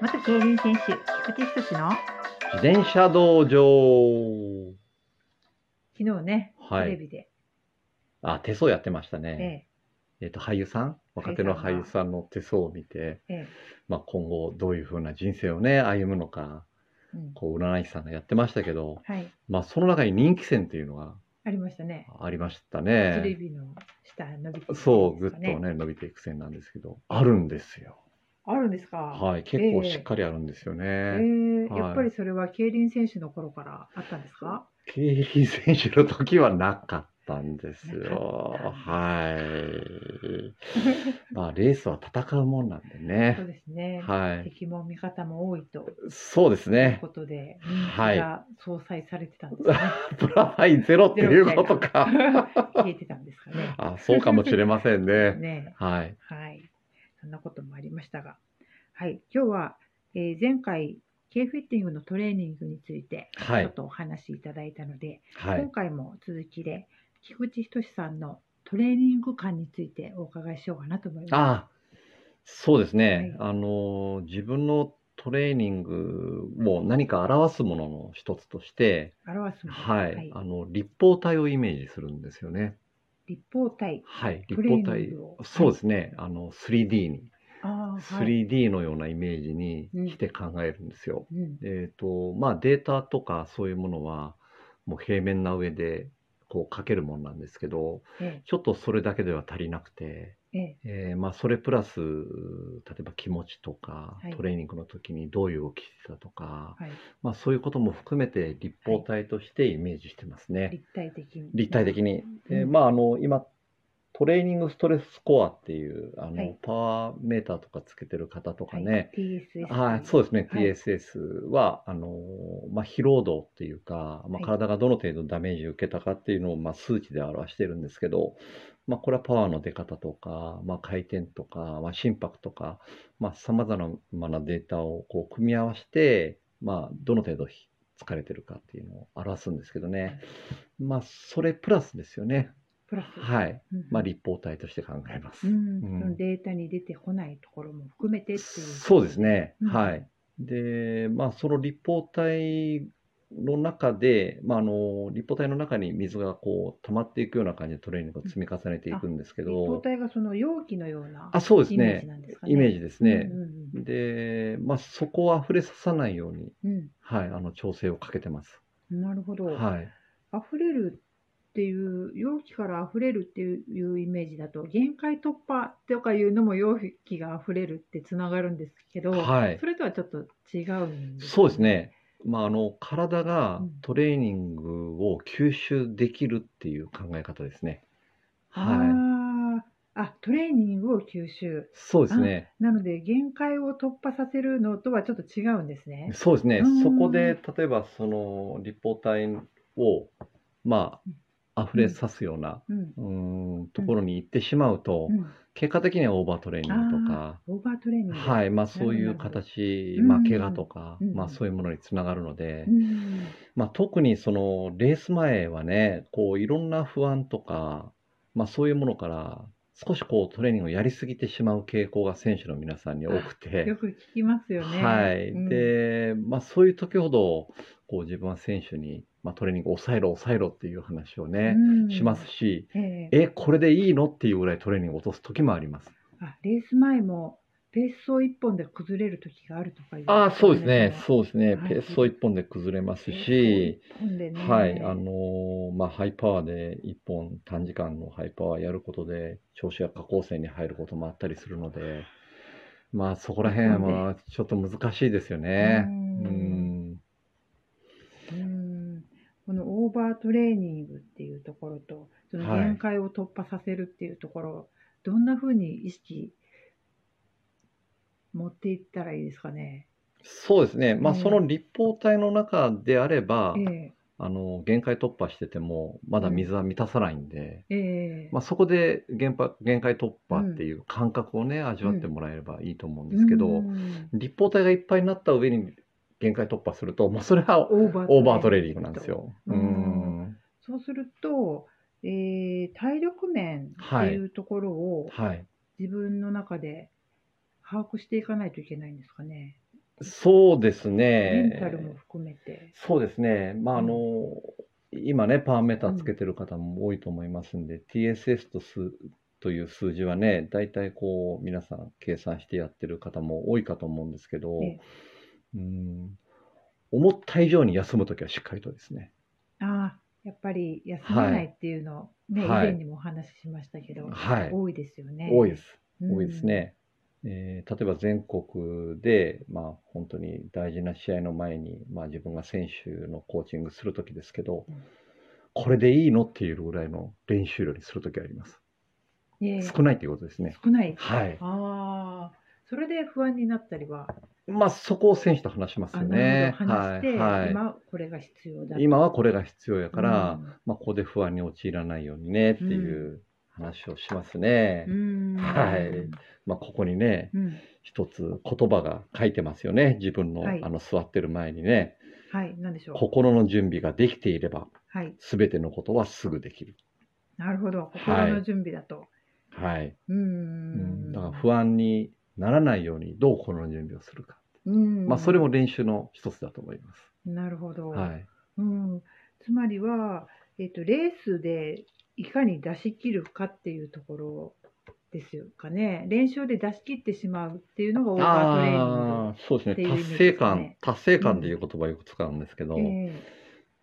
元競輪選手、菊池仁の自転車道場。昨日ね、はテレい。ビで、あ、手相やってましたえね。えっ、と、俳優さん、若手の俳優さんの手相を見て、えええまあ、今後どういうふうな人生をね、歩むのか、うんこう、占い師さんがやってましたけど、はい、まあ、その中に人気線っていうのがありましたね。ありました薬ね。指の下伸びてるそう、やぐつっとかねね、伸びていく線なんですけど、あるんですよ。あるんですか。はい。結構しっかりあるんですよえね。ーはいやっぱりそれは競輪選手の頃からあったんですか。経理選手の時はなかったんですよなかっ。たはい。まあ、レースは戦うもんなんでそうね。ですね。はい。敵も味方も多いというそうですねこ。とで、はい人気が相殺されてたんです ね。プラマイゼロっていうことか。消えてたんですかね。あ、そうかもしれませんね。ね、はい。はい、そんなこともありましたが、はい、今日は、えー前回 K フィッティングのトレーニングについてちはょっい。とお話しいただいたので、はい今。回も続きで菊池仁さんのトレーニング感についてお伺いしようかなと思います。あ、そうですね。あの、自分のトレーニングも何か表すものの一つとして、表すものはい。あの、立方体をイメージするんですよね。立方体、はい。ト立レー方ニン体グを。そうですね。あの、3D に。あーはい 3D のようなイメージにして考えるんですよ。うんえっと、まあデータとかそういうものはもう平面な上でこう書けるもんなんですけど、えちょっとそれだけでは足りなくて、えええーまあそれプラス、例えば気持ちとかはい、トレーニングの時にどういう動きしてたとか、えはい、まあそういうことも含めて立方体としてイメージしてますね。立体的に。立体的に。でうんまあ、あの今トレーニングストレススコアっていうあの、はいパワーメーターとかつけてる方とかはいね、 TSS はいそうですね、はい TSS はあの、まあ、疲労度っていうか、まはいあ、体がどの程度ダメージを受けたかっていうのを、まあ、数値で表してるんですけど、まあ、これはパワーの出方とか、まあ、回転とか、まあ、心拍とかさまざ、まなデータをこう組み合わせて、まあ、どの程度ひ疲れてるかっていうのを表すんですけどね、まあ、それプラスですよね。プラス。はい。うんまあ、立方体として考えます。うん、うんそのデータに出てこないところも含めてっていう。そうですね。うんはい。で、まあ、その立方体の中で、まあ、あの、立方体の中に水がこう溜まっていくような感じでトレーニングを積み重ねていくんですけ立方ど、体がその容器のようなあ、そうですイメージね。なんですかね。イメージですねう。んで、まあ、そこを溢れささないように、うんうんはい、あの、調整をかけてます。うんなるほど。はい。溢れるっていう容器から溢れるっていうイメージだと限界突破とかいうのも容器が溢れるってつながるんですけど、はいそれとはちょっと違うんですねそうです。ね。まあ、あの、体がうんトレーニングを吸収できるっていう考え方ですね。はい。ああ、あトレーニングを吸収。そうですね。なので限界を突破させるのとはちょっと違うんですね。そうですねうーん。そこで例えばその立方体をまあ溢れさすような、うん。うーんところに行ってしまうと、うん結果的にはオーバートレーニングとか、オーバートレーニング。はい、まあそういなるうほど形、うんまあ怪我とか、うんまあそういうものにつながるので、うんまあ特にそのレース前はね、こういろんな不安とか、まあそういうものから少しこうトレーニングをやりすぎてしまう傾向が選手の皆さんに多くて。よく聞きますよね。はい、うん、で、まあ、そういう時ほどこう自分は選手に、まあ、トレーニングを抑えろ抑えろっていう話をね、うんします。しえええこれでいいのっていうぐらいトレーニングを落とす時もあります。あレース前もペースを一本で崩れる時があるとかいう。あーそうですね話もそうですね、はいペースを1本で崩れますペーし、スを一本でね。はいあのーまあ、ハイパワーで1本短時間のハイパワーやることで調子や下降線に入ることもあったりするので、まあ、そこら辺はちょっと難しいですよね。うんうんうんこのオーバートレーニングっていうところと、そのはい限界を突破させるっていうところ、どんなふうに意識持っていったらいいですかね。そうですね、まあ、うんその立方体の中であれば、えあの限界突破してても、まだ水は満たさないんで、えええまあ、そこで限ぱ限界突破っていう感覚をね、味わってもらえればいいと思うんですけど、うん立方体がいっぱいになった上に限界突破すると、もうそれはオーバーオーバートレーニングなんですよよ。ううんんそうすると、えー体力面っていうところをはい、自分の中で把握していかないといけないんですかね。そうですメンタルね。も含めて。そうですね。まあ、あうの、ん今ね、パーメーターうつけんてる方も多いと思いますんで、TSS と数という数字はね、大体こう、皆さん計算してやってる方も多いかと思うんですけえど、えうん、思った以上に休むときはしっかりとですね。ああ、やっぱり休まはないい。っていうの、ね、以は前い。にもお話ししましたけど、はい。多いですよ多いでね。す。う多いですん。ね。えー例えば全国で、まあ、本当に大事な試合の前に、まあ、自分が選手のコーチングするときですけど、うん、これでいいのっていうぐらいの練習量にするときはあります。え少ないということですね。少ない。はい。ああ、それで不安になったりは、まあ、そこを選手と話しますあ、よなるほど、ね。話しはい、て、はい。今これが必要だ今と。はこれが必要やうから、ん、まあ、ここで不安に陥らないようにねっうていん、う話をしますうね。はい。ん、まあ、ここにね、うん、一つ言葉が書いてますよね。自分はのあい、の座ってる前にね。はい、なんでしょう。心の準備ができていれば、はい、すべてのことはすぐできる。なるほど、心はのい。準備だと。はい。ううん、だからん、不安にならないようにどう心の準備をするか。うまあ、それん、も練習の一つだと思います。なるほど。はい。うん、つまりは、えっと、レースでいかに出し切るかっていうところですよかね。練習で出し切ってしまうっていうのがオーバートレーニングっああ、そうですね。ていう達イメージ成ですか感、ね。達成う、感というん言葉をよく使うんですけえど、え、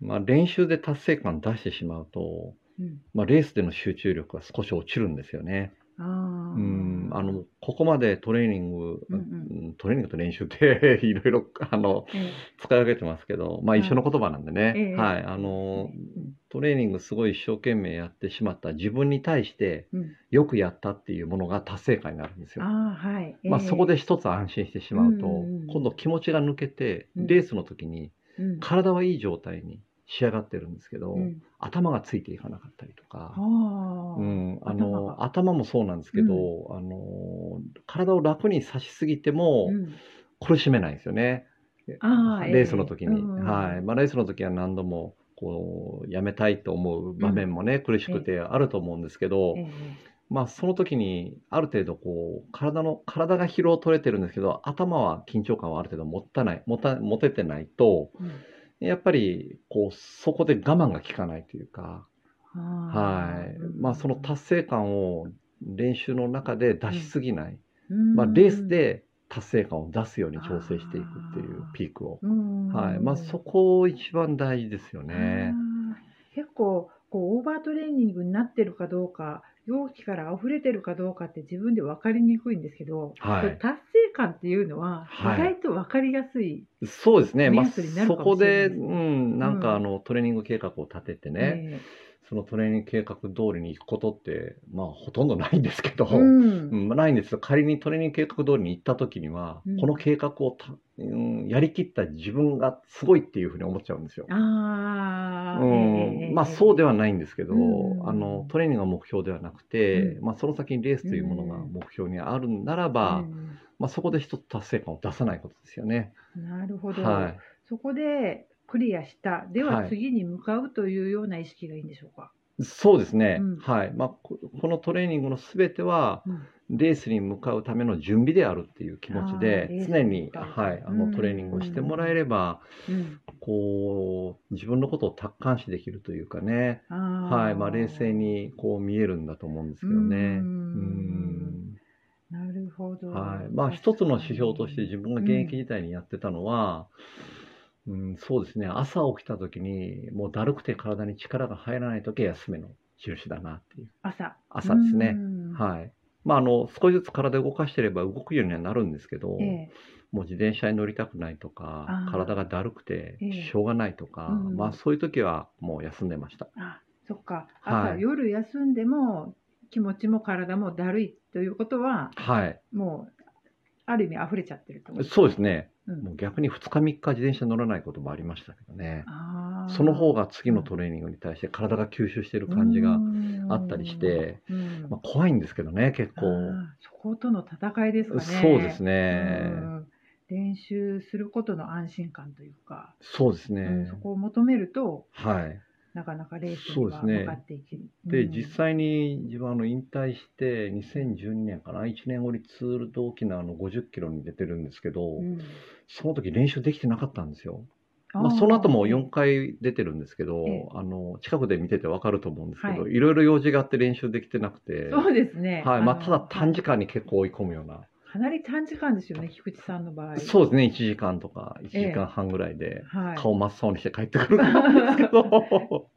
まあ、練習で達成感出してしまうと、うん、まあ、レースでの集中力が少し落ちるんですよね。あうん、ああ、の、ここまでトレーニング、うんう、うんんトレーニングと練習って いろいろ、あの、ええ、使い分けてますけど、まあ一は緒い、の言葉なんでえね、え、はい、あそうですの、ね。うん、トレーニングすごい一生懸命やってしまった自分に対して、うん、よくやったっていうものが達成感になるんであすよ。あ、はい、えまあ、そこえ、で一つ安心してしうまん、うと、今度気持ちが抜けて、うん、うん、うレーん、スの時にうん、体はいい状態に仕上がってるんですけうど、ん、頭がついていかなかったりとか、うはん、あ、あ頭の、が、頭もそうなんですうけん、ど、あの、体を楽にさしすぎてうもん、苦しめないんですよね。でああ、えレースのえ、時うに。ん、はい。うん、まあ、レースの時は何度も、こう、やめたいと思うう場ん、面もね、苦しえくえ、てあると思うんですけえど、え、まあ、その時に、ある程度、こう、体の、体が疲労取れてるんですけど、頭は緊張感はある程度持たない、持た、持ててないと、うん。やっぱり、こう、そこで我慢が効かないというか、はああ、うい。まあ、そのん、達成感を練習の中で出うしん、すぎない。うまあ、レースん、で達成感を出すように調整していくっていうああ、ピークを。うはい。まあ、そん。こ一番大事ですよあね。あ、結構こうオーバートレーニングになってるかどうか、容器から溢れてるかどうかって自分で分かりにくいんですけど、はこうい。達成感っていうのは意は外と分かりやすいい。そうですね。目まあ、安になるそかもこしれなで、いでうすね。ん、うなんかあん、の、トレーニング計画を立ててね、ええ、そのトレーニング計画通りに行くことって、まあ、ほとんどないんですけう、ど、うんん、ないんですよ。仮にトレーニング計画通りに行った時には、うこのん。計画をた、うん、やりきった自分がすごいっていうふうに思っちゃうんですよ。あうあ、ええ、えん、まあえ、えそうでえ、はないんですけうど、あのん、トレーニングが目標ではなくうて、ん、まあ、その先にレースうというものがん、目標にあるならうば、ん。まあ、そこで一つ達成感を出さないことですよね。なるほはど。い。そこでクリアした。でははい。次に向かうというような意識がいいんでしょうか。そうですうね。ん、はい。まあ、ここのトレーニングのすべては、うん。レースに向かうための準備であるっていう気持ちああ、で、レース常に向に、かうたはめ。い、あうのトレーニンん、グうをしてもらえん、れば、うん。こう、自分のことを達観視できるというかね、はい。まあ、冷静ああ、にこう見えるんだと思うんですうけどね。うーん。ん。なるほはい。ど。まあ、一確つのか指標としてに。自分がう現役ん。時代にやってたのは、うん、そうですね。朝起きた時に、もうだるくて体に力が入らない時は休めの印だなっていう。朝。う朝ですね。ん。はい。まあ、あの、少しずつ体を動かしてれば動くようにはなるんですけど、ええ。もう自転車に乗りたくないとか、体ああ、がだるくてえしえ。ょうがないとうか、まあ、ん。そういう時はもう休んでました。あ、そっか。は朝、い。夜休んでも気持ちも体もだるいということは、はい。もうある意味溢れちゃってると。そうですね。うん。もう逆に2日3日自転車乗らないこともありましたけどね。その方ああ、が次うのん。トレーニングに対して体が吸収しているうー感じがあったりしん、て、うまあ、ん、怖いんですけどね、結構。ああ、そことの戦いですかそうですね。うね。ん、練習することの安心感というか、そうですうん、そね。こを求めると、はい。なかなかレースにそうではすね向かっていけで、うん実際に自分はあの引退して2012年かな1年後にツールと沖縄の50キロに出てるんですけど、うんその時練習できてなかったんですよ。あーまあ、その後も4回出てるんですけど、ええあの近くで見ててわかると思うんですけど、、はいろいろ用事があって練習できてなくて、そうですね。はいまあ、のただ短時間に結構追い込むような、かなり短時間ですよね、菊池さんの場合。そうですね1時間とか1時間半ぐらいではい。顔真っ青にして帰ってくるんですけ ど、。そ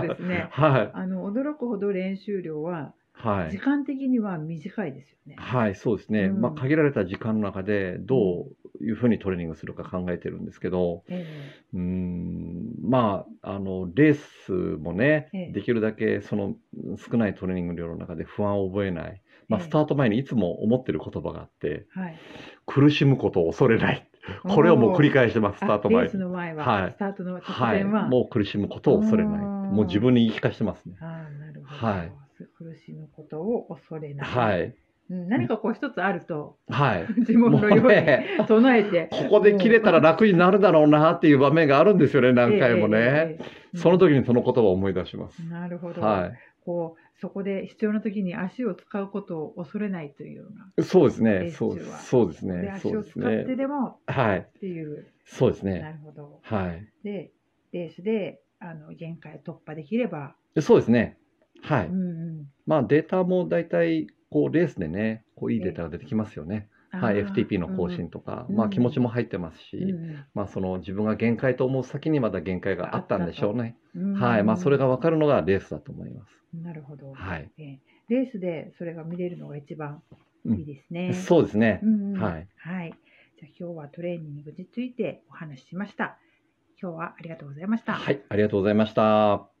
うですねはいあの驚くほど練習量ははい時間的には短いですよね。はい、そうですね、うんまあ、限られた時間の中でどういうふうにトレーニングするか考えてるんですけど、えうーんまあ、あのレースもねええ、できるだけその少ないトレーニング量の中で不安を覚えない、まあ、ええスタート前にいつも思ってる言葉があって、えはい。苦しむことを恐 れない、これをもう繰り返してます、スあタート前レースに。の前は、はいスタートの直はい、前は、もう苦しむことを恐れない、うんもう自分に言い聞かせてますね。ああなるほど、はい苦しむことを恐れない、はい、うん、何かこう一つあるとはい、自分ものよううにね。唱えて ここで切れたら楽になるだろうなっていう場面があるんですよね、何回もね。ええええええその時にその言葉を思い出します。なるほど、は。こうそこで必要な時に足を使うことを恐れないというようないそうです練ね。習そうはそうですでね。足そうをで使すっねて。でもはい。っていう、そうですなね。るほどはいでレースであの限界を突破できれば、で。そうですね。はうい。んうんまあデータも大体、こうレースでね、こういいデータが出てきますよね。はい。あー FTP の更新とか、うんまあ気持ちも入ってますし、うんまあその自分が限界と思う先にまだ限界があったんでしょうね。うんはい。まあそれが分かるのがレースだと思います。なるほど、はいええレースでそれが見れるのが一番いいですね。そうですねう。んうんはいはい。じゃあ今日はトレーニングについてお話ししました。今日はありがとうございました。はい。ありがとうございました。